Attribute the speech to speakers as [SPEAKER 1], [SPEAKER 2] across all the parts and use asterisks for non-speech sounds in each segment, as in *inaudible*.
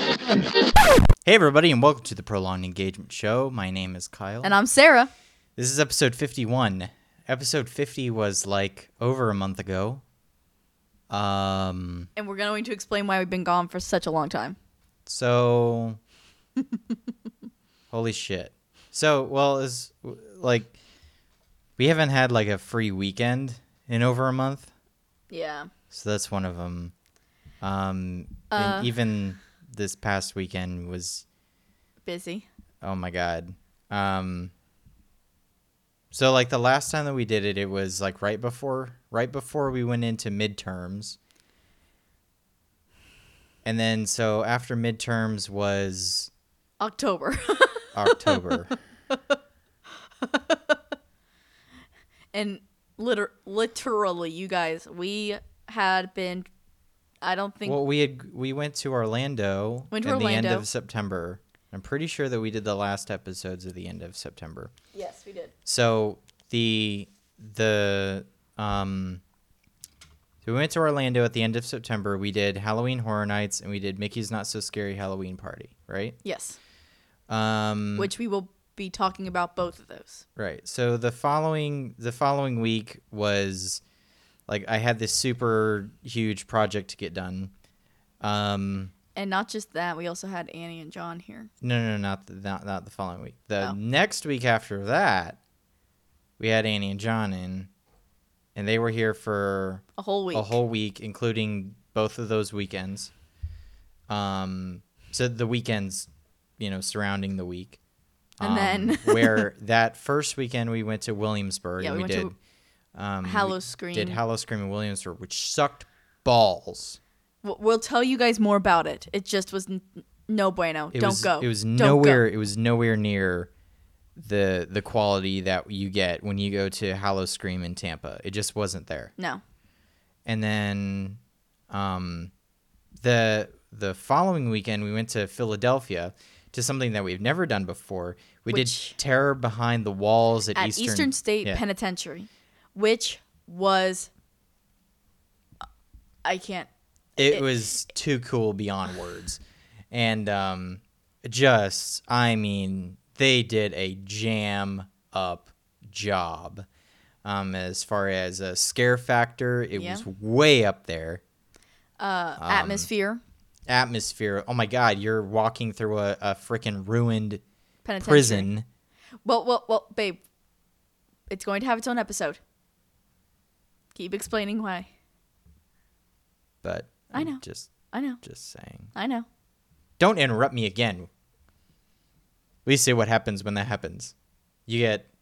[SPEAKER 1] Hey, everybody, and welcome to the Prolonged Engagement Show. My name is Kyle.
[SPEAKER 2] And I'm Sarah.
[SPEAKER 1] this is episode 51. Episode 50 was like over a month ago. Um,
[SPEAKER 2] And we're going to explain why we've been gone for such a long time. *laughs*
[SPEAKER 1] so. holy shit. So, well, it's like we haven't had like a free weekend in over a month.
[SPEAKER 2] Yeah.
[SPEAKER 1] So that's one of them. Um,
[SPEAKER 2] Uh.
[SPEAKER 1] and even this past weekend was
[SPEAKER 2] Busy.
[SPEAKER 1] oh my god. Um, so like the last time that we did it, it was like right before right before we went into midterms, and then so after midterms was
[SPEAKER 2] *laughs* October. *laughs*
[SPEAKER 1] October.
[SPEAKER 2] and liter- literally, you guys, we had been, I don't think,
[SPEAKER 1] well, we had we went to Orlando
[SPEAKER 2] Went to
[SPEAKER 1] in the end
[SPEAKER 2] Orlando.
[SPEAKER 1] of September. I'm pretty sure that we did the last episodes at the end of September.
[SPEAKER 2] yes, we did.
[SPEAKER 1] So the the um so we went to Orlando at the end of September. We did Halloween Horror Nights and we did Mickey's Not So Scary Halloween Party, right?
[SPEAKER 2] Yes.
[SPEAKER 1] Um
[SPEAKER 2] Which we will be talking about both of those.
[SPEAKER 1] right. So the following the following week was like I had this super huge project to get done. Um
[SPEAKER 2] And not just that, we also had Annie and John here.
[SPEAKER 1] no no not the, not not the following week. The
[SPEAKER 2] Oh.
[SPEAKER 1] next week after that, we had Annie and John in and they were here for
[SPEAKER 2] A whole week.
[SPEAKER 1] a whole week, including both of those weekends. Um, so the weekends, you know, surrounding the week, Um,
[SPEAKER 2] And then- *laughs*
[SPEAKER 1] where that first weekend we went to Williamsburg,
[SPEAKER 2] Yeah,
[SPEAKER 1] and
[SPEAKER 2] we
[SPEAKER 1] we,
[SPEAKER 2] went to
[SPEAKER 1] did um,
[SPEAKER 2] Hallow
[SPEAKER 1] we
[SPEAKER 2] Scream.
[SPEAKER 1] did Hallow Scream in Williamsburg, which sucked balls.
[SPEAKER 2] W- we'll tell you guys more about it. It just was n- no bueno.
[SPEAKER 1] It
[SPEAKER 2] Don't
[SPEAKER 1] was,
[SPEAKER 2] go.
[SPEAKER 1] It was
[SPEAKER 2] Don't go.
[SPEAKER 1] nowhere. It was nowhere near the the quality that you get when you go to Hallow Scream in Tampa. It just wasn't there.
[SPEAKER 2] No.
[SPEAKER 1] and then um, the the following weekend we went to Philadelphia to something that we've never done before. We
[SPEAKER 2] Which-
[SPEAKER 1] did terror behind the walls at,
[SPEAKER 2] at Eastern, State
[SPEAKER 1] yeah.
[SPEAKER 2] Penitentiary, which was uh, I can't.
[SPEAKER 1] it, was too cool beyond words, and um, just I mean they did a jam up job. Um, as far as a scare factor, it
[SPEAKER 2] Yeah.
[SPEAKER 1] was way up there.
[SPEAKER 2] Uh,
[SPEAKER 1] Um,
[SPEAKER 2] atmosphere
[SPEAKER 1] Atmosphere, oh my god, you're walking through a, a freaking ruined
[SPEAKER 2] penitentiary.
[SPEAKER 1] prison.
[SPEAKER 2] Well, well, well, babe. It's going to have its own episode. Keep explaining why.
[SPEAKER 1] But
[SPEAKER 2] I
[SPEAKER 1] I'm
[SPEAKER 2] know.
[SPEAKER 1] Just,
[SPEAKER 2] I know.
[SPEAKER 1] just saying.
[SPEAKER 2] I know.
[SPEAKER 1] Don't interrupt me again. We see what happens when that happens. You get,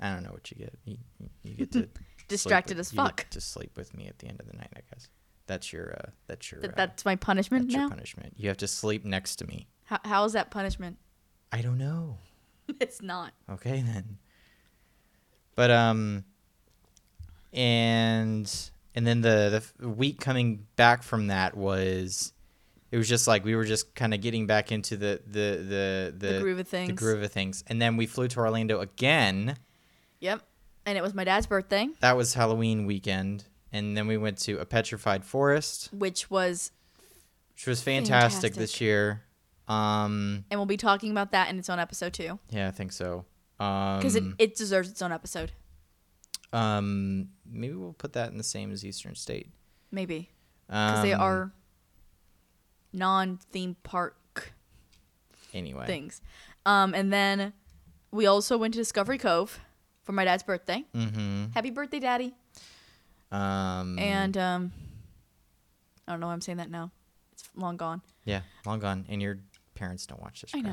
[SPEAKER 1] I don't know what you get. You, you get
[SPEAKER 2] *laughs*
[SPEAKER 1] to sleep
[SPEAKER 2] Distracted
[SPEAKER 1] with-
[SPEAKER 2] as
[SPEAKER 1] you get
[SPEAKER 2] fuck.
[SPEAKER 1] to sleep with me at the end of the night, I guess. That's your, uh, that's your,
[SPEAKER 2] That,
[SPEAKER 1] uh,
[SPEAKER 2] that's my punishment
[SPEAKER 1] that's your
[SPEAKER 2] now.
[SPEAKER 1] punishment. You have to sleep next to me.
[SPEAKER 2] how, how is that punishment? *laughs*
[SPEAKER 1] I don't know.
[SPEAKER 2] it's not.
[SPEAKER 1] Okay *laughs* then. But um and and then the the week coming back from that was it was just like we were just kind of getting back into the the the the,
[SPEAKER 2] The groove of
[SPEAKER 1] The
[SPEAKER 2] things.
[SPEAKER 1] groove of things. And then we flew to Orlando again.
[SPEAKER 2] Yep. And it was my dad's birthday,
[SPEAKER 1] That was Halloween weekend. And then we went to a petrified forest,
[SPEAKER 2] which was,
[SPEAKER 1] which was fantastic, this
[SPEAKER 2] Fantastic.
[SPEAKER 1] year. Um
[SPEAKER 2] and we'll be talking about that in its own episode too,
[SPEAKER 1] yeah, I think so. Um
[SPEAKER 2] because it, it deserves its own episode.
[SPEAKER 1] um maybe we'll put that in the same as Eastern State.
[SPEAKER 2] Maybe.
[SPEAKER 1] Um,
[SPEAKER 2] because they are non theme park
[SPEAKER 1] anyway.
[SPEAKER 2] things. Um, and then we also went to Discovery Cove for my dad's birthday.
[SPEAKER 1] Mm-hmm.
[SPEAKER 2] Happy birthday, Daddy!
[SPEAKER 1] Um,
[SPEAKER 2] And um, I don't know why I'm saying that now. It's long gone.
[SPEAKER 1] yeah, long gone. And your parents don't watch this.
[SPEAKER 2] I
[SPEAKER 1] crap.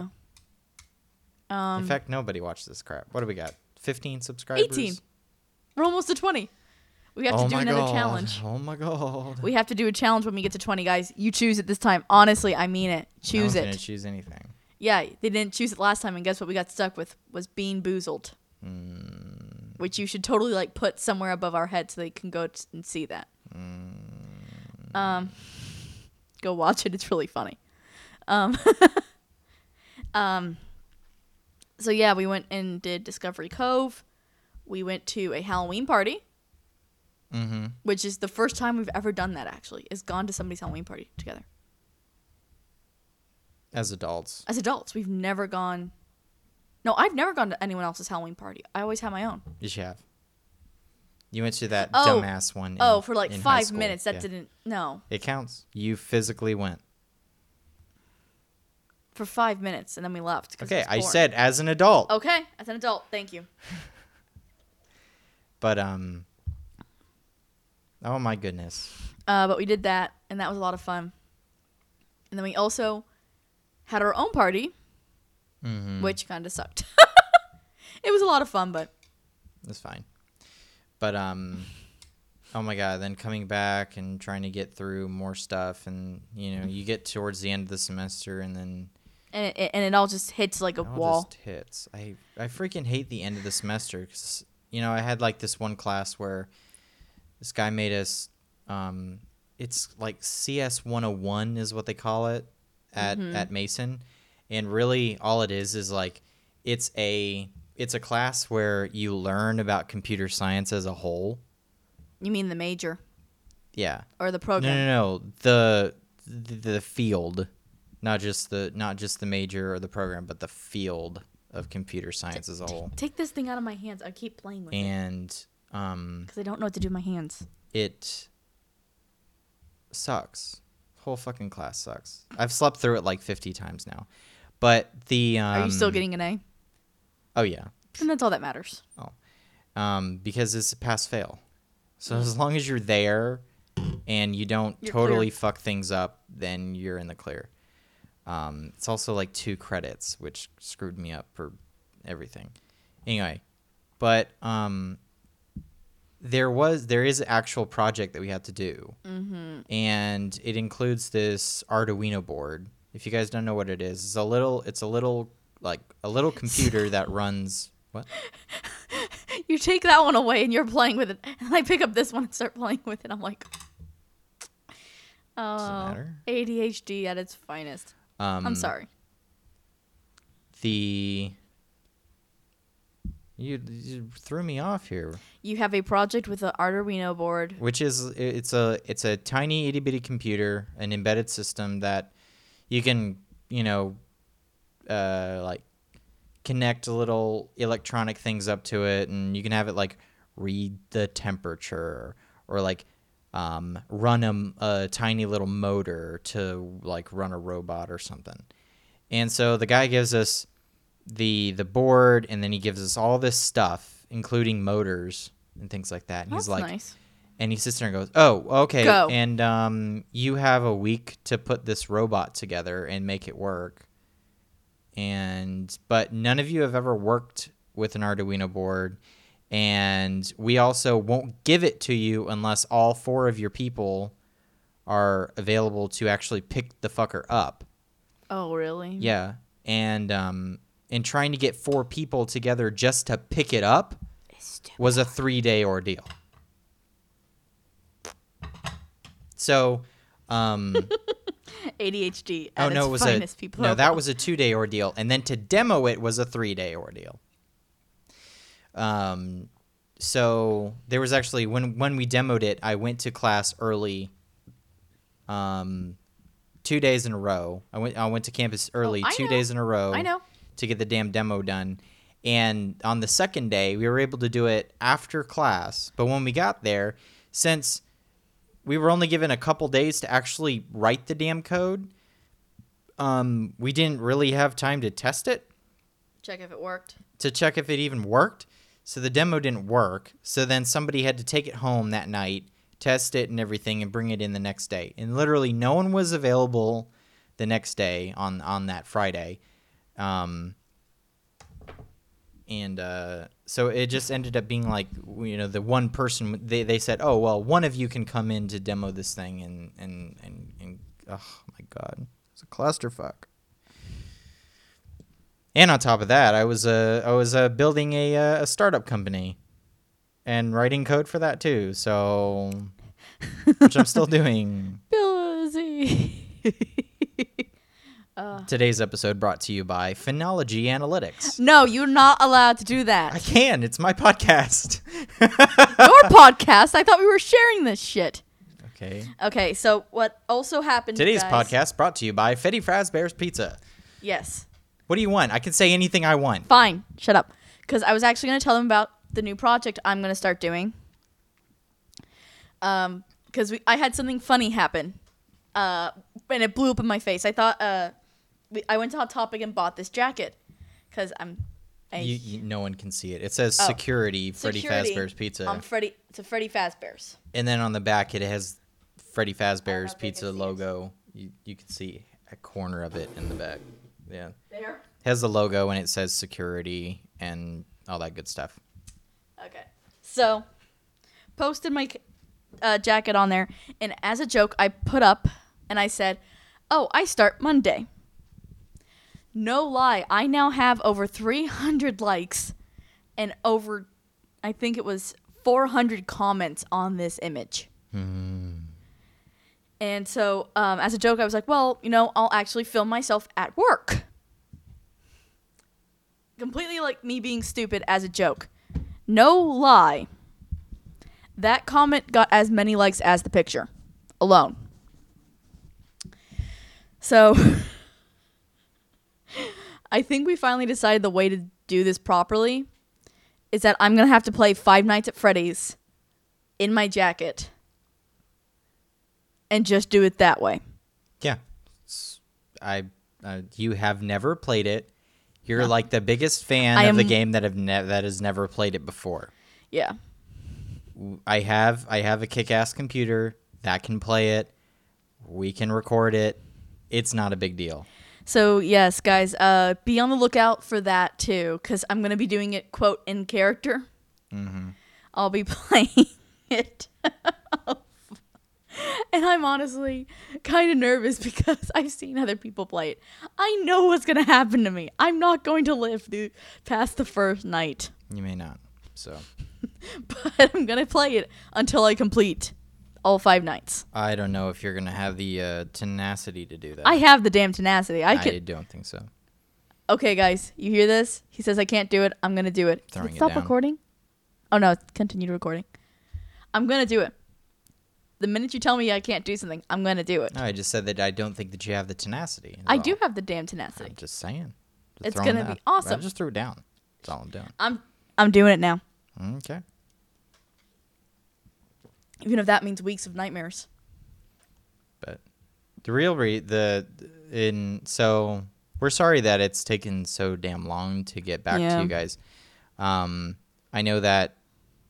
[SPEAKER 2] know. Um,
[SPEAKER 1] In fact, nobody watches this crap. What do we got? Fifteen subscribers.
[SPEAKER 2] 18. We're almost to 20. We have
[SPEAKER 1] oh
[SPEAKER 2] to do
[SPEAKER 1] my
[SPEAKER 2] another
[SPEAKER 1] god.
[SPEAKER 2] challenge.
[SPEAKER 1] Oh my god.
[SPEAKER 2] We have to do a challenge when we get to 20, guys. You choose it this time. Honestly, I mean it.
[SPEAKER 1] no one's
[SPEAKER 2] Choose
[SPEAKER 1] Gonna
[SPEAKER 2] it.
[SPEAKER 1] choose anything.
[SPEAKER 2] Yeah, they didn't choose it last time, and guess what? We got stuck with was bean boozled, which you should totally like put somewhere above our head so they can go t- and see that. Um, go watch it; it's really funny. Um, *laughs* um, so yeah, we went and did Discovery Cove. We went to a Halloween party, which is the first time we've ever done that. Actually, is gone to somebody's Halloween party together
[SPEAKER 1] as adults.
[SPEAKER 2] as adults. We've never gone. No, I've never gone to anyone else's Halloween party. I always have my own.
[SPEAKER 1] You should have. You went to that
[SPEAKER 2] Oh.
[SPEAKER 1] dumbass one. in-
[SPEAKER 2] oh, for like
[SPEAKER 1] in high
[SPEAKER 2] five
[SPEAKER 1] school.
[SPEAKER 2] minutes. That
[SPEAKER 1] Yeah.
[SPEAKER 2] didn't. No,
[SPEAKER 1] It counts. You physically went.
[SPEAKER 2] for five minutes, and then we left. 'cause it
[SPEAKER 1] Okay,
[SPEAKER 2] was
[SPEAKER 1] I
[SPEAKER 2] boring.
[SPEAKER 1] said as an adult.
[SPEAKER 2] Okay, as an adult, thank you.
[SPEAKER 1] But um Oh my goodness.
[SPEAKER 2] Uh, but we did that, and that was a lot of fun. And then we also had our own party,
[SPEAKER 1] Mm-hmm.
[SPEAKER 2] which kind of sucked. *laughs* it was a lot of fun, but
[SPEAKER 1] That's fine. But um oh my god, then coming back and trying to get through more stuff and you know, you get towards the end of the semester and then
[SPEAKER 2] and it, and it all just hits like a
[SPEAKER 1] it all
[SPEAKER 2] wall.
[SPEAKER 1] just hits. I I freaking hate the end of the semester cuz you know, I had like this one class where this guy made us um it's like CS 101 is what they call it at at Mason and really all it is is like it's a it's a class where you learn about computer science as a whole.
[SPEAKER 2] You mean the major
[SPEAKER 1] Yeah.
[SPEAKER 2] or the program?
[SPEAKER 1] No, no, no. The, the the field, not just the not just the major or the program, but the field of computer science as a whole.
[SPEAKER 2] Take this thing out of my hands. I keep playing with it. 'Cause it
[SPEAKER 1] And um,
[SPEAKER 2] because I don't know what to do with my hands.
[SPEAKER 1] it sucks. Whole fucking class sucks. I've slept through it like fifty times now. But the um,
[SPEAKER 2] Are you still getting an A?
[SPEAKER 1] Oh yeah.
[SPEAKER 2] And that's all that matters.
[SPEAKER 1] um, because it's a pass fail. So as long as you're there and you don't
[SPEAKER 2] Mm-hmm. You're
[SPEAKER 1] totally fuck things up, then you're in the clear. Um, it's also like two credits, which screwed me up for everything. Anyway, but um, there was there is an actual project that we had to do,
[SPEAKER 2] Mm-hmm.
[SPEAKER 1] and it includes this Arduino board. If you guys don't know what it is, it's a little it's a little like a little computer
[SPEAKER 2] *laughs*
[SPEAKER 1] that runs what
[SPEAKER 2] You take that one away and you're playing with it. *laughs* And I pick up this one and start playing with it. I'm like, oh,
[SPEAKER 1] matter.
[SPEAKER 2] ADHD at its finest.
[SPEAKER 1] um,
[SPEAKER 2] I'm sorry.
[SPEAKER 1] the you, you threw me off here
[SPEAKER 2] You have a project with an Arduino board.
[SPEAKER 1] which is it's a it's a tiny itty bitty computer an embedded system that you can you know uh like connect little electronic things up to it and you can have it like read the temperature or like um, run a, m- a tiny little motor to like run a robot or something and so the guy gives us the the board and then he gives us all this stuff including motors and things like that and
[SPEAKER 2] That's
[SPEAKER 1] he's like
[SPEAKER 2] nice.
[SPEAKER 1] and he sits there and goes, "Oh, okay."
[SPEAKER 2] Go.
[SPEAKER 1] And um, you have a week to put this robot together and make it work. And but none of you have ever worked with an Arduino board, and we also won't give it to you unless all four of your people are available to actually pick the fucker up.
[SPEAKER 2] Oh, really?
[SPEAKER 1] Yeah, and um, and trying to get four people together just to pick it up
[SPEAKER 2] It's stu-
[SPEAKER 1] was a three day ordeal. So,
[SPEAKER 2] *laughs*
[SPEAKER 1] um,
[SPEAKER 2] ADHD at
[SPEAKER 1] oh no,
[SPEAKER 2] its
[SPEAKER 1] it was a
[SPEAKER 2] finest, people.
[SPEAKER 1] no, that was a two day ordeal, and then to demo it was a three day ordeal. Um, so there was actually when when we demoed it, I went to class early. Um, two days in a row. I went I went to campus early
[SPEAKER 2] Oh, I
[SPEAKER 1] two
[SPEAKER 2] know.
[SPEAKER 1] days in a row
[SPEAKER 2] I know.
[SPEAKER 1] to get the damn demo done. And on the second day, we were able to do it after class. But when we got there, since we were only given a couple days to actually write the damn code, um, we didn't really have time to test it
[SPEAKER 2] Check if it worked.
[SPEAKER 1] to check if it even worked. So the demo didn't work. So then somebody had to take it home that night, test it and everything, and bring it in the next day. And literally, no one was available the next day on on that Friday. Um, and uh, so it just ended up being like you know the one person they, they said oh well one of you can come in to demo this thing and and and, and oh my god it's a clusterfuck and on top of that, I was uh, I was uh, building a, uh, a startup company and writing code for that too. So,
[SPEAKER 2] *laughs*
[SPEAKER 1] which I'm still doing.
[SPEAKER 2] Busy.
[SPEAKER 1] Today's episode brought to you by Phenology Analytics.
[SPEAKER 2] *laughs* No, you're not allowed to do
[SPEAKER 1] I
[SPEAKER 2] that.
[SPEAKER 1] can. It's my podcast.
[SPEAKER 2] Your podcast. I thought we were sharing this shit.
[SPEAKER 1] *laughs* okay.
[SPEAKER 2] Okay, so what also happened?
[SPEAKER 1] Today's
[SPEAKER 2] guys-
[SPEAKER 1] podcast brought to you by Fetty Fazbear's Pizza.
[SPEAKER 2] Yes.
[SPEAKER 1] What do you want? I can say anything I want.
[SPEAKER 2] Fine. Shut up. Because I was actually going to tell them about the new project I'm going to start doing. Um, because we I had something funny happen, uh, and it blew up in my face. I thought uh, we, I went to Hot Topic and bought this jacket, because I'm a
[SPEAKER 1] You, you, no one can see it. It says
[SPEAKER 2] Oh.
[SPEAKER 1] security, Freddy
[SPEAKER 2] security
[SPEAKER 1] Fazbear's Pizza.
[SPEAKER 2] on Freddy to Freddy Fazbear's.
[SPEAKER 1] and then on the back, it has Freddy Fazbear's
[SPEAKER 2] if they can
[SPEAKER 1] Pizza
[SPEAKER 2] see it.
[SPEAKER 1] logo. You, you can see a corner of it in the back. Yeah.
[SPEAKER 2] There.
[SPEAKER 1] It has the logo and it says security and all that good stuff.
[SPEAKER 2] Okay. So, posted my uh, jacket on there, and as a joke, I put up and I said, "Oh, I start Monday." No lie, I now have over 300 likes and over, I think it was 400 comments on this image. And so, um, as a joke, I was like, well, you know, I'll actually film myself at work. Completely like me being stupid as a joke. No lie. That comment got as many likes as the picture alone. So *laughs* I think we finally decided the way to do this properly is that I'm going to have to play Five Nights at Freddy's in my jacket and just do it that way.
[SPEAKER 1] Yeah. It's- I uh, you have never played it. You're like the biggest fan
[SPEAKER 2] I
[SPEAKER 1] of the
[SPEAKER 2] am-
[SPEAKER 1] game that have ne- that has never played it before.
[SPEAKER 2] Yeah.
[SPEAKER 1] I have I have a kick-ass computer that can play it. We can record it. It's not a big deal.
[SPEAKER 2] So yes, guys, uh, be on the lookout for that too, because I'm gonna be doing it quote in character. I'll be *laughs* playing it, and I'm honestly kind of nervous *laughs* because I've seen other people play it. I know what's gonna happen to me. I'm not going to live through past the first night, *laughs*
[SPEAKER 1] You may not. So
[SPEAKER 2] but I'm gonna play it until I complete all five nights.
[SPEAKER 1] I don't know if you're gonna have the uh, tenacity to do that.
[SPEAKER 2] I have the damn tenacity. I
[SPEAKER 1] I
[SPEAKER 2] could.
[SPEAKER 1] don't think so.
[SPEAKER 2] Okay, guys, you hear this? He says I can't do it. I'm gonna do it. Does
[SPEAKER 1] Throwing
[SPEAKER 2] it
[SPEAKER 1] it
[SPEAKER 2] stop
[SPEAKER 1] down.
[SPEAKER 2] recording? Oh no, it's continued recording. I'm gonna do it. The minute you tell me I can't do something, I'm gonna do it.
[SPEAKER 1] No, I just said that I don't think that you have the tenacity. is
[SPEAKER 2] I
[SPEAKER 1] all.
[SPEAKER 2] do have the damn tenacity.
[SPEAKER 1] I'm just saying. Just
[SPEAKER 2] It's
[SPEAKER 1] throwing
[SPEAKER 2] gonna
[SPEAKER 1] that-
[SPEAKER 2] be awesome.
[SPEAKER 1] I just threw it down. That's all I'm doing.
[SPEAKER 2] I'm I'm doing it now,
[SPEAKER 1] Okay.
[SPEAKER 2] even if that means weeks of nightmares.
[SPEAKER 1] but the real re- the in so we're sorry that it's taken so damn long to get back
[SPEAKER 2] Yeah.
[SPEAKER 1] to you guys. Um, I know that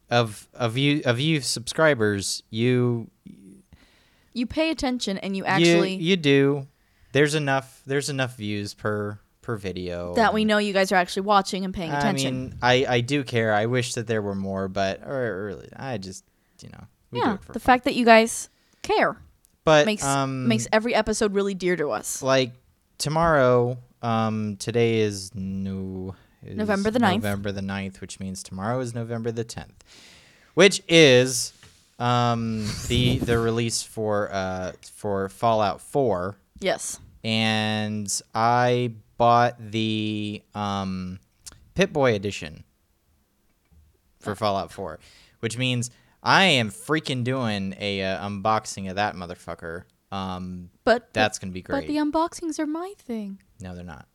[SPEAKER 1] of of you of you subscribers, you
[SPEAKER 2] You pay attention and you
[SPEAKER 1] actually
[SPEAKER 2] actually
[SPEAKER 1] you, you do. There's enough there's enough views per per video
[SPEAKER 2] that we know you guys are actually watching and paying attention.
[SPEAKER 1] I mean, I I do care. I wish that there were more, but or, or I just you know we do
[SPEAKER 2] yeah,
[SPEAKER 1] it for
[SPEAKER 2] the
[SPEAKER 1] fun.
[SPEAKER 2] fact that you guys care
[SPEAKER 1] but
[SPEAKER 2] makes
[SPEAKER 1] um,
[SPEAKER 2] makes every episode really dear to us.
[SPEAKER 1] like tomorrow um today is new is
[SPEAKER 2] November the 9th.
[SPEAKER 1] november the 9th which means tomorrow is november the 10th which is um the the release for uh for fallout 4
[SPEAKER 2] Yes.
[SPEAKER 1] and i bought the um pit boy edition
[SPEAKER 2] Oh.
[SPEAKER 1] for fallout 4 which means i am freaking doing a uh, unboxing of that motherfucker um
[SPEAKER 2] But
[SPEAKER 1] that's gonna be great
[SPEAKER 2] but the unboxings are my thing.
[SPEAKER 1] no, they're not.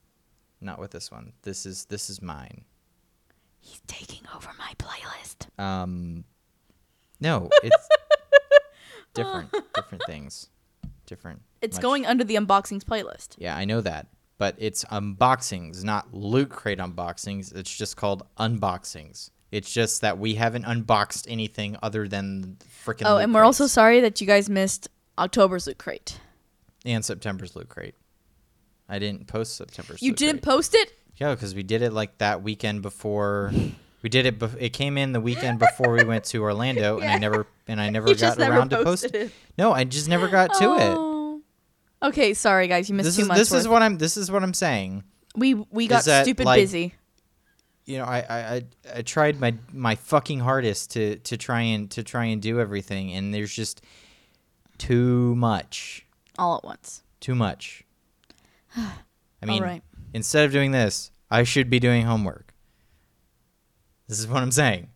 [SPEAKER 1] Not with this one. This is this is mine.
[SPEAKER 2] He's taking over my playlist.
[SPEAKER 1] Um, no,
[SPEAKER 2] *laughs*
[SPEAKER 1] it's different. Different things. Different.
[SPEAKER 2] It's
[SPEAKER 1] much-
[SPEAKER 2] going under the unboxings playlist.
[SPEAKER 1] Yeah, I know that, but it's unboxings, not loot crate unboxings. It's just called unboxings. It's just that we haven't unboxed anything other than freaking.
[SPEAKER 2] Oh, and we're also sorry that you guys missed October's Loot Crate.
[SPEAKER 1] and September's loot crate. I didn't post September's.
[SPEAKER 2] You
[SPEAKER 1] loot
[SPEAKER 2] didn't
[SPEAKER 1] crate.
[SPEAKER 2] post it?
[SPEAKER 1] Yeah, because we did it like that weekend before. *laughs* We did it. Bef- it came in the weekend before we went to Orlando, and I never and
[SPEAKER 2] *laughs*
[SPEAKER 1] I never
[SPEAKER 2] You
[SPEAKER 1] got
[SPEAKER 2] just never
[SPEAKER 1] around to
[SPEAKER 2] posted
[SPEAKER 1] post.
[SPEAKER 2] it.
[SPEAKER 1] No, I just never got to it.
[SPEAKER 2] Oh. Okay, sorry guys, you missed
[SPEAKER 1] This
[SPEAKER 2] too
[SPEAKER 1] is
[SPEAKER 2] much.
[SPEAKER 1] this is
[SPEAKER 2] worth.
[SPEAKER 1] what I'm. This is what I'm saying.
[SPEAKER 2] we we got
[SPEAKER 1] that,
[SPEAKER 2] stupid
[SPEAKER 1] like-
[SPEAKER 2] busy.
[SPEAKER 1] You know, I, I I- I tried my my fucking hardest to to try and to try and do everything, and there's just too much,
[SPEAKER 2] All at once.
[SPEAKER 1] too much. I mean,
[SPEAKER 2] right.
[SPEAKER 1] instead of doing this, I should be doing homework. This is what I'm saying.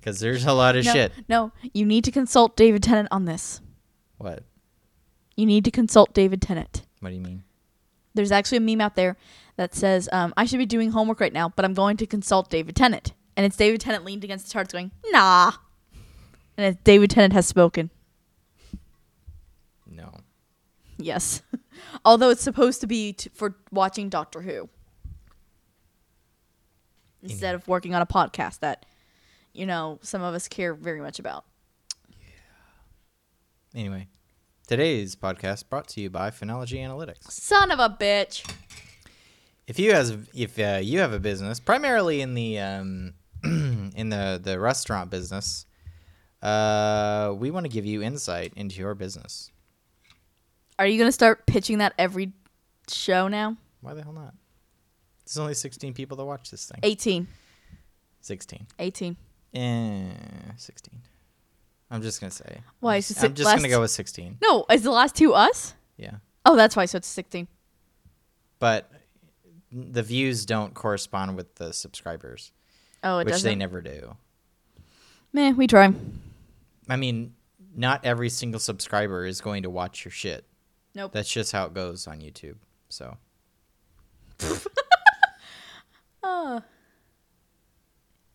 [SPEAKER 1] Because there's a lot of
[SPEAKER 2] no,
[SPEAKER 1] shit.
[SPEAKER 2] No, you need to consult David Tennant on this.
[SPEAKER 1] What?
[SPEAKER 2] You need to consult David Tennant.
[SPEAKER 1] What do you mean?
[SPEAKER 2] There's actually a meme out there that says, um, I should be doing homework right now, but I'm going to consult David Tennant. And it's David Tennant leaned against the charts going, nah. And it's David Tennant has spoken.
[SPEAKER 1] No.
[SPEAKER 2] Yes. *laughs* Although it's supposed to be t- for watching Doctor Who instead of working on a podcast that, you know, some of us care very much about.
[SPEAKER 1] Anyway, today's podcast brought to you by Phenology Analytics.
[SPEAKER 2] Son of a bitch.
[SPEAKER 1] If you has if uh, you have a business, primarily in the um, *clears throat* in the the restaurant business, uh, we want to give you insight into your business.
[SPEAKER 2] Are you going to start pitching that every show now?
[SPEAKER 1] Why the hell not? There's only 16 people that watch this thing.
[SPEAKER 2] 18.
[SPEAKER 1] 16.
[SPEAKER 2] 18.
[SPEAKER 1] Eh, 16. I'm just gonna say.
[SPEAKER 2] Why,
[SPEAKER 1] I'm
[SPEAKER 2] it's
[SPEAKER 1] just,
[SPEAKER 2] just
[SPEAKER 1] I'm
[SPEAKER 2] it
[SPEAKER 1] just gonna
[SPEAKER 2] last-
[SPEAKER 1] go with 16.
[SPEAKER 2] No, is the last two us?
[SPEAKER 1] Yeah,
[SPEAKER 2] Oh, that's why. So it's 16.
[SPEAKER 1] but the views don't correspond with the subscribers,
[SPEAKER 2] Oh, it
[SPEAKER 1] which
[SPEAKER 2] doesn't.
[SPEAKER 1] they never do.
[SPEAKER 2] Man, we try.
[SPEAKER 1] I mean, not every single subscriber is going to watch your shit.
[SPEAKER 2] Nope.
[SPEAKER 1] That's just how it goes on YouTube. So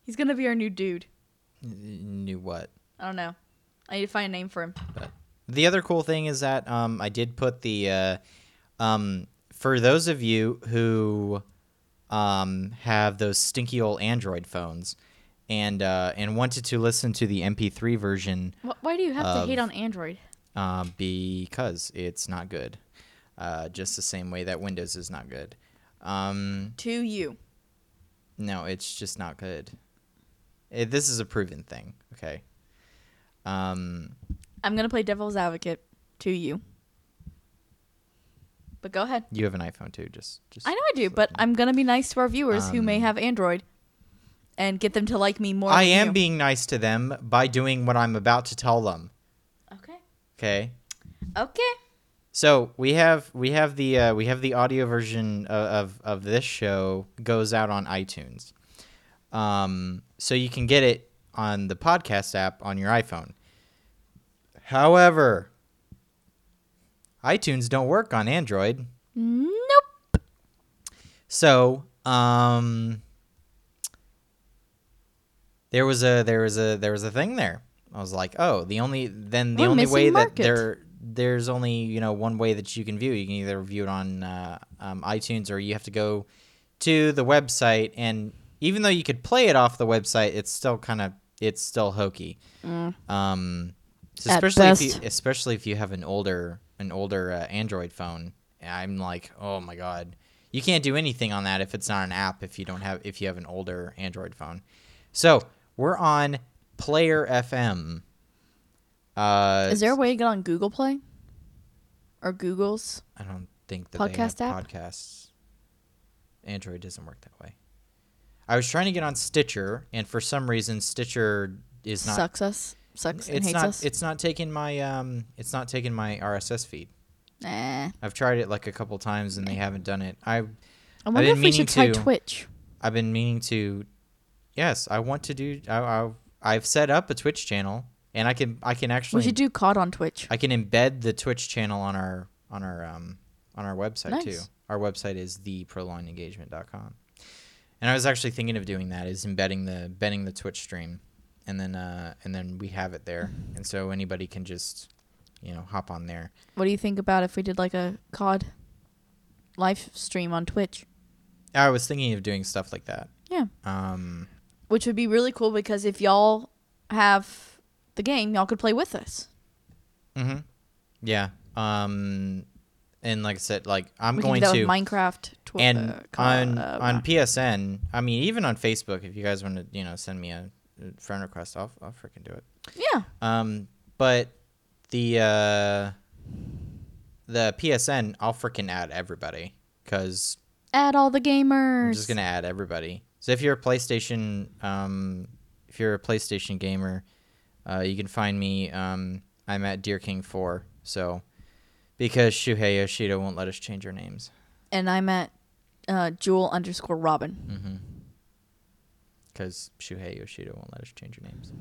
[SPEAKER 2] He's going to be our new dude.
[SPEAKER 1] n- knew what.
[SPEAKER 2] I don't know. I need to find a name for him.
[SPEAKER 1] But the other cool thing is that um, I did put the uh, um, for those of you who um, have those stinky old Android phones and uh, and wanted to listen to the MP3 version
[SPEAKER 2] Wh- Why do you have to
[SPEAKER 1] Of-
[SPEAKER 2] hate on Android?
[SPEAKER 1] uh, because it's not good, uh, just the same way that Windows is not good. Um,
[SPEAKER 2] To you.
[SPEAKER 1] no, it's just not good. Eh, this is a proven thing. Okay. Um,
[SPEAKER 2] I'm going to play devil's advocate to you. But go ahead.
[SPEAKER 1] you have an iPhone too. Just just.
[SPEAKER 2] I know I do,
[SPEAKER 1] just
[SPEAKER 2] but
[SPEAKER 1] let me know.
[SPEAKER 2] I'm going to be nice to our viewers who may
[SPEAKER 1] Um,
[SPEAKER 2] have Android and get them to like me more.
[SPEAKER 1] I
[SPEAKER 2] than
[SPEAKER 1] am
[SPEAKER 2] you.
[SPEAKER 1] being nice to them by doing what I'm about to tell them.
[SPEAKER 2] Okay.
[SPEAKER 1] Okay.
[SPEAKER 2] Okay.
[SPEAKER 1] So we have we have the uh, we have the audio version of, of of this show goes out on iTunes. Um, so you can get it on the podcast app on your iPhone. However, iTunes don't work on Android.
[SPEAKER 2] Nope.
[SPEAKER 1] So, um, there was a there was a there was a thing there. I was like, oh, the only then the
[SPEAKER 2] We're
[SPEAKER 1] only
[SPEAKER 2] missing
[SPEAKER 1] way
[SPEAKER 2] market.
[SPEAKER 1] that there there's only you know one way that you can view. it. You can either view it on uh, um, iTunes or you have to go to the website. And even though you could play it off the website, it's still kind of it's still hokey. Um, so
[SPEAKER 2] At
[SPEAKER 1] especially if
[SPEAKER 2] best.
[SPEAKER 1] you, especially if you have an older an older uh, Android phone. I'm like, oh my god, you can't do anything on that if it's not an app. If you don't have if you have an older Android phone, so we're on Player FM. Uh,
[SPEAKER 2] Is there a way to get on Google Play? Or Google's?
[SPEAKER 1] I don't think that
[SPEAKER 2] podcast
[SPEAKER 1] they have
[SPEAKER 2] app?
[SPEAKER 1] podcasts. Android doesn't work that way. I was trying to get on Stitcher, and for some reason, Stitcher is not
[SPEAKER 2] sucks us. Sucks and
[SPEAKER 1] it's
[SPEAKER 2] hates
[SPEAKER 1] not
[SPEAKER 2] us.
[SPEAKER 1] it's not taking my um it's not taking my RSS feed.
[SPEAKER 2] Nah.
[SPEAKER 1] I've tried it like a couple times and they haven't done it. I
[SPEAKER 2] I wonder
[SPEAKER 1] didn't
[SPEAKER 2] if we
[SPEAKER 1] mean
[SPEAKER 2] should try
[SPEAKER 1] to.
[SPEAKER 2] Twitch.
[SPEAKER 1] I've been meaning to yes, I want to do I, I I've set up a Twitch channel and I can I can
[SPEAKER 2] We
[SPEAKER 1] actually
[SPEAKER 2] should do COD on Twitch.
[SPEAKER 1] I can embed the Twitch channel on our on our um on our website
[SPEAKER 2] Nice.
[SPEAKER 1] too. Our website is theprolongedengagement.com. And I was actually thinking of doing that is embedding the embedding the Twitch stream and then uh and then we have it there. And so anybody can just you know hop on there.
[SPEAKER 2] What do you think about if we did like a COD live stream on Twitch?
[SPEAKER 1] I was thinking of doing stuff like that.
[SPEAKER 2] Yeah.
[SPEAKER 1] Um,
[SPEAKER 2] Which would be really cool because if y'all have the game, y'all could play with us.
[SPEAKER 1] mhm. yeah. Um, and like I said, like I'm
[SPEAKER 2] we
[SPEAKER 1] going
[SPEAKER 2] can
[SPEAKER 1] to
[SPEAKER 2] do that with Minecraft. Tw-
[SPEAKER 1] and
[SPEAKER 2] uh, co-
[SPEAKER 1] on
[SPEAKER 2] uh,
[SPEAKER 1] on PSN. I mean, even on Facebook, if you guys want to, you know, send me a a friend request, I'll I'll freaking do it.
[SPEAKER 2] yeah.
[SPEAKER 1] Um, but the uh, the PSN, I'll freaking add everybody because
[SPEAKER 2] Add all the gamers.
[SPEAKER 1] I'm just gonna add everybody. So if you're a PlayStation, um, if you're a PlayStation gamer, uh, you can find me. Um, I'm at Deer King Four. So because Shuhei Yoshida won't let us change our names
[SPEAKER 2] and I'm at uh, Jewel underscore Robin.
[SPEAKER 1] because Shuhei Yoshida won't let us change our names.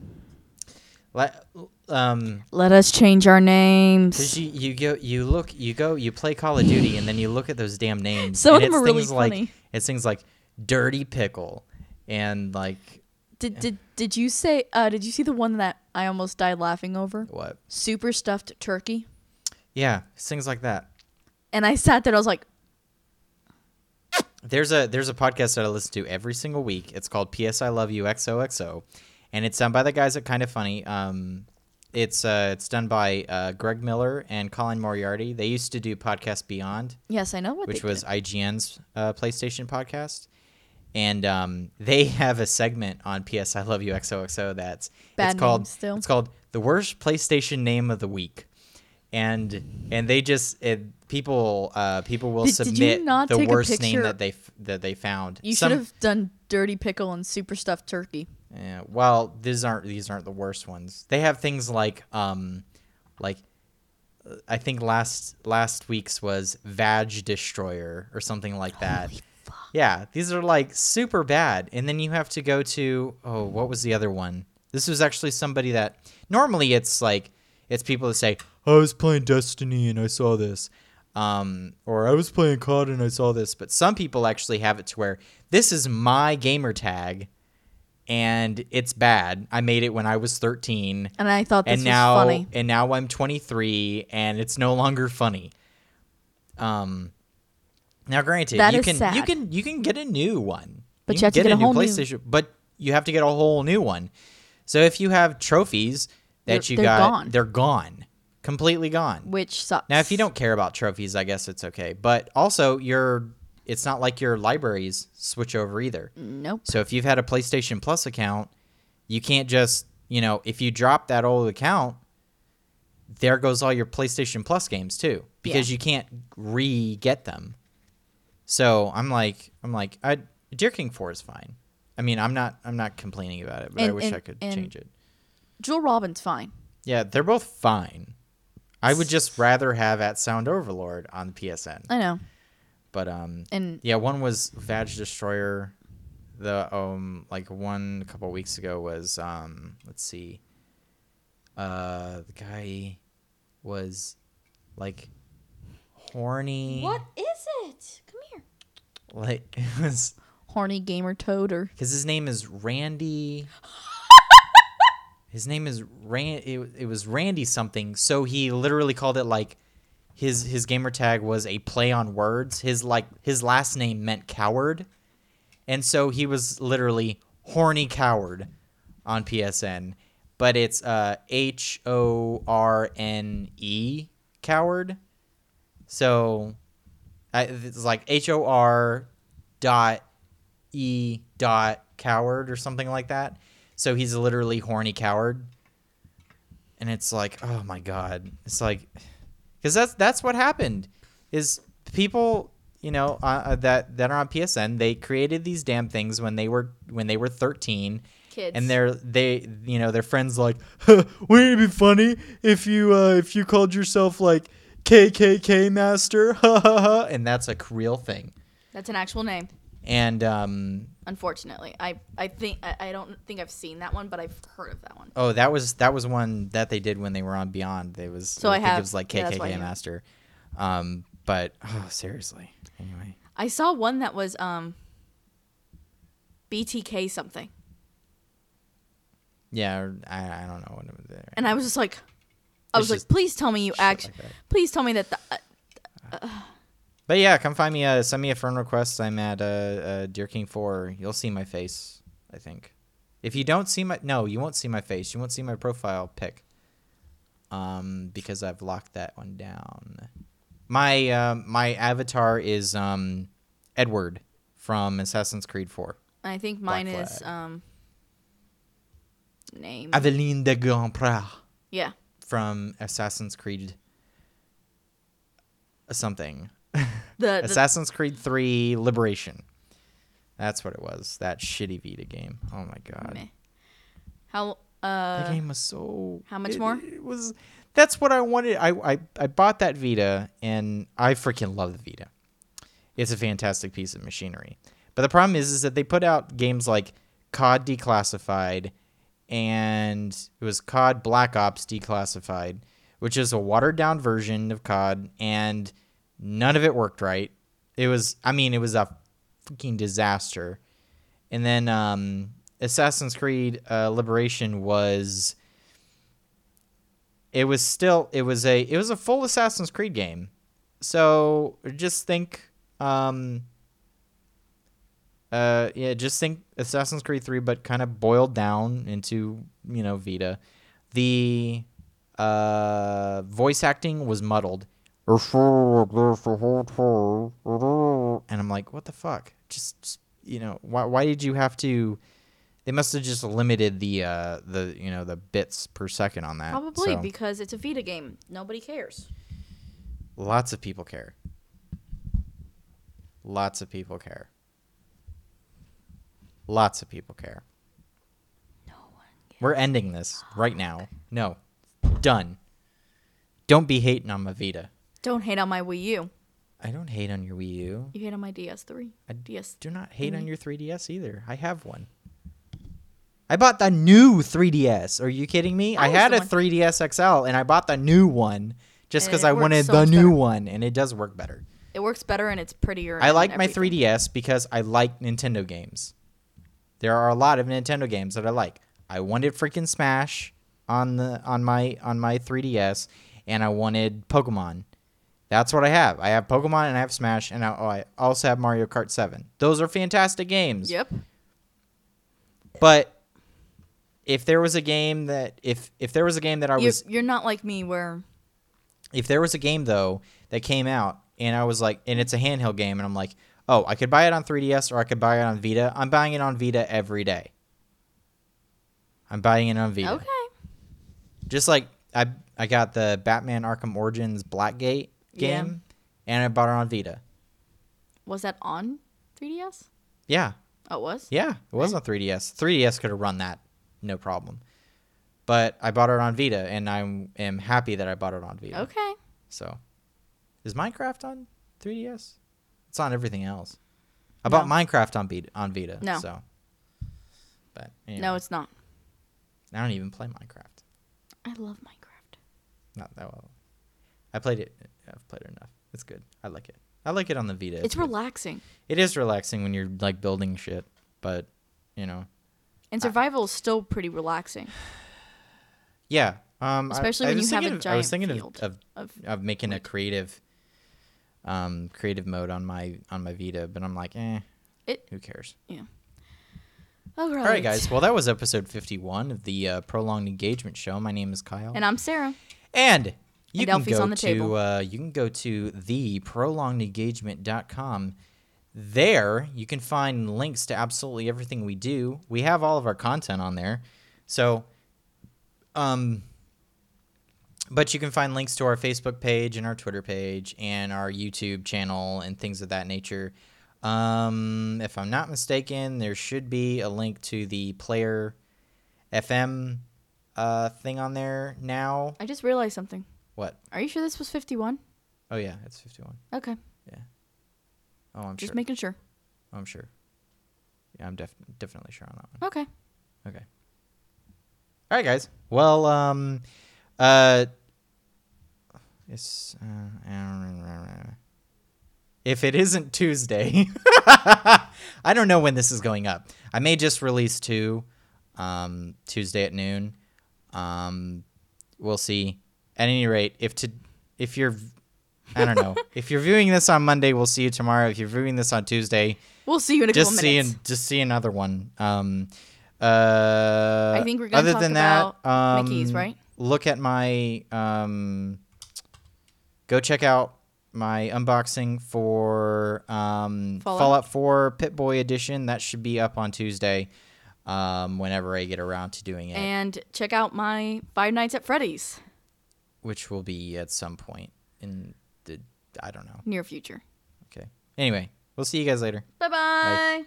[SPEAKER 1] Let, um,
[SPEAKER 2] Let us change our names.
[SPEAKER 1] Cause you, you go you look you go you play Call of Duty and then you look at those damn names.
[SPEAKER 2] Some of
[SPEAKER 1] and it's
[SPEAKER 2] them are really
[SPEAKER 1] things Like,
[SPEAKER 2] funny.
[SPEAKER 1] it's things like Dirty Pickle and like
[SPEAKER 2] Did did did you say? Uh, did you see the one that I almost died laughing over?
[SPEAKER 1] what?
[SPEAKER 2] Super stuffed turkey.
[SPEAKER 1] Yeah, it's things like that.
[SPEAKER 2] And I sat there. and I was like,
[SPEAKER 1] There's a there's a podcast that I listen to every single week. It's called PS I Love You XOXO, and it's done by the guys at Kind of Funny. Um, it's uh it's done by uh, Greg Miller and Colin Moriarty. They used to do podcast Beyond.
[SPEAKER 2] "Yes, I know what."
[SPEAKER 1] which
[SPEAKER 2] they
[SPEAKER 1] was
[SPEAKER 2] did.
[SPEAKER 1] IGN's uh, PlayStation podcast. And um, they *laughs* have a segment on PS I Love You XOXO that's
[SPEAKER 2] Bad
[SPEAKER 1] it's called
[SPEAKER 2] name still.
[SPEAKER 1] it's called the worst PlayStation name of the week, and and they just it, people uh, people will
[SPEAKER 2] Did- did you
[SPEAKER 1] submit
[SPEAKER 2] not
[SPEAKER 1] the
[SPEAKER 2] take a
[SPEAKER 1] worst name
[SPEAKER 2] picture-
[SPEAKER 1] that they f- that they found.
[SPEAKER 2] You
[SPEAKER 1] Some-
[SPEAKER 2] should have done dirty pickle and super stuffed turkey.
[SPEAKER 1] yeah, well, these aren't these aren't the worst ones. They have things like um like uh, I think last last week's was Vag Destroyer or something like that. Yeah, these are like super bad. And then you have to go to oh, what was the other one? This was actually somebody that normally it's like it's people that say, I was playing Destiny and I saw this. Um, or I was playing COD and I saw this, but some people actually have it to where this is my gamer tag and it's bad. I made it when I was 13
[SPEAKER 2] And I thought this
[SPEAKER 1] and
[SPEAKER 2] was
[SPEAKER 1] now
[SPEAKER 2] funny.
[SPEAKER 1] and now I'm 23 and it's no longer funny. Um now granted
[SPEAKER 2] That
[SPEAKER 1] you
[SPEAKER 2] is
[SPEAKER 1] can you
[SPEAKER 2] sad.
[SPEAKER 1] can you can get a new one.
[SPEAKER 2] But
[SPEAKER 1] can
[SPEAKER 2] you have to get a
[SPEAKER 1] new
[SPEAKER 2] whole new-
[SPEAKER 1] PlayStation, but you have to get a whole new one. So if you have trophies that
[SPEAKER 2] They're-
[SPEAKER 1] you
[SPEAKER 2] they're
[SPEAKER 1] got
[SPEAKER 2] gone.
[SPEAKER 1] they're gone. Completely gone.
[SPEAKER 2] Which sucks.
[SPEAKER 1] Now, if you don't care about trophies, I guess it's okay. But also, your it's not like your libraries switch over
[SPEAKER 2] Mm.
[SPEAKER 1] either.
[SPEAKER 2] Nope.
[SPEAKER 1] So if you've had a PlayStation Plus account, you can't just you know if you drop that old account, there goes all your PlayStation Plus games too because you can't re get them. So I'm like I'm like I Deer King Four is fine. I mean I'm not I'm not complaining about it, but I
[SPEAKER 2] And-
[SPEAKER 1] wish
[SPEAKER 2] and-
[SPEAKER 1] I could
[SPEAKER 2] and-
[SPEAKER 1] change it.
[SPEAKER 2] Jewel Robin's fine.
[SPEAKER 1] Yeah, they're both fine. I would just rather have at Sound Overlord on the PSN.
[SPEAKER 2] I know.
[SPEAKER 1] But um
[SPEAKER 2] And
[SPEAKER 1] yeah, one was Vag Destroyer. The um like one a couple weeks ago was um let's see. Uh the guy was like horny.
[SPEAKER 2] is it? Come here.
[SPEAKER 1] Like *laughs* it was
[SPEAKER 2] Horny gamer toad or
[SPEAKER 1] Because his name is Randy. his name is Rand. It, it was Randy something. So he literally called it like his his gamer tag was a play on words. His like his last name meant coward, and so he was literally horny coward on PSN. But it's uh H O R N E coward. So I, it's like H O R dot E dot coward or something like that. So he's literally horny coward. And it's like, oh my god. It's like cuz that's that's what happened is people, you know, uh, uh, that that are on PSN, they created these damn things when they were when they were 13
[SPEAKER 2] kids.
[SPEAKER 1] and they're they you know their friends like *laughs* wouldn't it be funny if you uh, if you called yourself like KKK master *laughs* ha ha ha and that's a real thing
[SPEAKER 2] That's an actual name.
[SPEAKER 1] and um
[SPEAKER 2] Unfortunately, I I think I, I don't think I've seen that one, but I've heard of that one.
[SPEAKER 1] Oh, that was that was one that they did when they were on Beyond. They was
[SPEAKER 2] So I
[SPEAKER 1] think
[SPEAKER 2] have-
[SPEAKER 1] it was like
[SPEAKER 2] yeah, that's
[SPEAKER 1] KKK
[SPEAKER 2] why I know.
[SPEAKER 1] Master, um, but oh seriously. Anyway,
[SPEAKER 2] I saw one that was um BTK something,
[SPEAKER 1] yeah, I, I don't know what it was.
[SPEAKER 2] and I was just like, I
[SPEAKER 1] It's
[SPEAKER 2] was like,
[SPEAKER 1] just
[SPEAKER 2] please tell me you act,
[SPEAKER 1] like that.
[SPEAKER 2] please tell me that the, uh,
[SPEAKER 1] But yeah, come find me. Uh, send me a friend request. I'm at uh, uh, Deer King Four. You'll see my face. I think. If you don't see my no, you won't see my face. You won't see my profile pic. Um, because I've locked that one down. My uh, my avatar is um, Edward from Assassin's Creed Four.
[SPEAKER 2] I think
[SPEAKER 1] Black
[SPEAKER 2] mine is
[SPEAKER 1] Flag.
[SPEAKER 2] um name.
[SPEAKER 1] Aveline de Gompra
[SPEAKER 2] yeah,
[SPEAKER 1] from Assassin's Creed something.
[SPEAKER 2] the, the
[SPEAKER 1] Assassin's Creed 3 Liberation. That's what it was. That shitty Vita game. Oh my god.
[SPEAKER 2] meh. how
[SPEAKER 1] That
[SPEAKER 2] uh
[SPEAKER 1] game was so
[SPEAKER 2] how much
[SPEAKER 1] it-
[SPEAKER 2] more?
[SPEAKER 1] It was that's what I wanted. I, I I bought that Vita, and I freaking love the Vita. It's a fantastic piece of machinery. But the problem is, is that they put out games like COD Declassified, and it was COD Black Ops Declassified, which is a watered down version of COD, and none of it worked right. It was, I mean, it was a freaking disaster. And then um, Assassin's Creed uh, Liberation was it was still it was a it was a full Assassin's Creed game. So just think um uh yeah, just think Assassin's Creed 3 but kind of boiled down into, you know, Vita. The uh voice acting was muddled. And I'm like, what the fuck? Just, just you know, why why did you have to they must have just limited the uh the you know the bits per second on that.
[SPEAKER 2] Probably
[SPEAKER 1] so.
[SPEAKER 2] because it's a Vita game. Nobody cares.
[SPEAKER 1] Lots of people care. Lots of people care. Lots of people care.
[SPEAKER 2] No one.
[SPEAKER 1] We're ending this right now. No. Done. Don't be hating on my Vita.
[SPEAKER 2] Don't hate on my Wii U.
[SPEAKER 1] I don't hate on your Wii U.
[SPEAKER 2] You hate on my DS3.
[SPEAKER 1] I
[SPEAKER 2] DS.
[SPEAKER 1] do not hate on your 3DS either. I have one. I bought the new 3DS. Are you kidding me?
[SPEAKER 2] I
[SPEAKER 1] I,
[SPEAKER 2] was
[SPEAKER 1] had
[SPEAKER 2] the
[SPEAKER 1] a
[SPEAKER 2] one-
[SPEAKER 1] 3DS XL and I bought the new one just
[SPEAKER 2] And
[SPEAKER 1] because
[SPEAKER 2] it
[SPEAKER 1] I
[SPEAKER 2] works
[SPEAKER 1] wanted
[SPEAKER 2] so
[SPEAKER 1] the
[SPEAKER 2] much
[SPEAKER 1] new
[SPEAKER 2] better.
[SPEAKER 1] one and it does work better.
[SPEAKER 2] It works better and it's prettier.
[SPEAKER 1] I
[SPEAKER 2] and
[SPEAKER 1] like my
[SPEAKER 2] everything.
[SPEAKER 1] 3DS because I like Nintendo games. There are a lot of Nintendo games that I like. I wanted freaking Smash on the on my on my 3DS, and I wanted Pokemon. That's what I have. I have Pokemon and I have Smash, and I, oh, I also have Mario Kart 7. Those are fantastic games.
[SPEAKER 2] Yep.
[SPEAKER 1] But if there was a game that if if there was a game that I
[SPEAKER 2] You,
[SPEAKER 1] was
[SPEAKER 2] you're not like me where
[SPEAKER 1] if there was a game though that came out and I was like, and it's a handheld game, and I'm like, oh, I could buy it on 3DS or I could buy it on Vita. I'm buying it on Vita every day. I'm buying it on Vita.
[SPEAKER 2] okay.
[SPEAKER 1] Just like I I got the Batman Arkham Origins Blackgate
[SPEAKER 2] Yeah.
[SPEAKER 1] game, and I bought it on Vita.
[SPEAKER 2] Was that on 3DS?
[SPEAKER 1] Yeah,
[SPEAKER 2] Oh, it was.
[SPEAKER 1] yeah, it was on 3DS. 3DS could have run that, no problem. But I bought it on Vita, and I am happy that I bought it on Vita.
[SPEAKER 2] Okay.
[SPEAKER 1] So, is Minecraft on 3DS? It's on everything else. I bought
[SPEAKER 2] No.
[SPEAKER 1] Minecraft on Vita. On Vita.
[SPEAKER 2] No.
[SPEAKER 1] So, but anyway,
[SPEAKER 2] No, it's not.
[SPEAKER 1] I don't even play Minecraft.
[SPEAKER 2] I love Minecraft.
[SPEAKER 1] Not that well. I played it. I've played it enough. It's good. I like it. I like it on the Vita.
[SPEAKER 2] It's
[SPEAKER 1] good.
[SPEAKER 2] relaxing.
[SPEAKER 1] it is relaxing when you're like building shit, but you know,
[SPEAKER 2] And survival is still pretty relaxing.
[SPEAKER 1] yeah. Um, I-
[SPEAKER 2] Especially
[SPEAKER 1] I,
[SPEAKER 2] when
[SPEAKER 1] was
[SPEAKER 2] you have
[SPEAKER 1] thinking
[SPEAKER 2] a
[SPEAKER 1] of- I was
[SPEAKER 2] giant
[SPEAKER 1] thinking
[SPEAKER 2] field
[SPEAKER 1] of, of
[SPEAKER 2] Of
[SPEAKER 1] of making a creative, um, creative mode on my on my Vita, but I'm like, eh,
[SPEAKER 2] It-
[SPEAKER 1] who cares?
[SPEAKER 2] all Oh, right.
[SPEAKER 1] All right, guys. Well, that was episode 51 of the uh, Prolonged Engagement Show. My name is Kyle.
[SPEAKER 2] And I'm Sarah.
[SPEAKER 1] And you
[SPEAKER 2] And
[SPEAKER 1] can
[SPEAKER 2] Alfie's
[SPEAKER 1] go
[SPEAKER 2] on the
[SPEAKER 1] to
[SPEAKER 2] table.
[SPEAKER 1] Uh, you can go to theprolongedengagement.com. There, you can find links to absolutely everything we do. We have all of our content on there. So, um, but you can find links to our Facebook page and our Twitter page and our YouTube channel and things of that nature. Um, if I'm not mistaken, there should be a link to the player FM uh, thing on there now.
[SPEAKER 2] I just realized something.
[SPEAKER 1] What?
[SPEAKER 2] Are you sure this was 51?
[SPEAKER 1] Oh yeah, it's 51.
[SPEAKER 2] Okay.
[SPEAKER 1] Oh, I'm
[SPEAKER 2] Just
[SPEAKER 1] sure.
[SPEAKER 2] making sure.
[SPEAKER 1] Oh, I'm sure. Yeah, I'm def- definitely sure on that one.
[SPEAKER 2] Okay.
[SPEAKER 1] Okay. All right, guys. Well, um, uh, it's uh, if it isn't Tuesday, *laughs* I don't know when this is going up. I may just release two, um, Tuesday at noon. Um, we'll see. At any rate, if to if you're, I don't know, if you're viewing this on Monday, we'll see you tomorrow. If you're viewing this on Tuesday,
[SPEAKER 2] We'll see you in a
[SPEAKER 1] just
[SPEAKER 2] couple
[SPEAKER 1] see
[SPEAKER 2] minutes.
[SPEAKER 1] an, just see another one. Um, uh,
[SPEAKER 2] I think we're gonna
[SPEAKER 1] other
[SPEAKER 2] talk
[SPEAKER 1] than that,
[SPEAKER 2] about Mickey's,
[SPEAKER 1] um,
[SPEAKER 2] right?
[SPEAKER 1] Look at my um, go check out my unboxing for um,
[SPEAKER 2] Fallout?
[SPEAKER 1] Fallout? 4 Pit Boy Edition. That should be up on Tuesday. Um, whenever I get around to doing it,
[SPEAKER 2] and check out my Five Nights at Freddy's
[SPEAKER 1] which will be at some point in the I don't know.
[SPEAKER 2] near future.
[SPEAKER 1] Okay. Anyway, we'll see you guys later.
[SPEAKER 2] Bye-bye. bye bye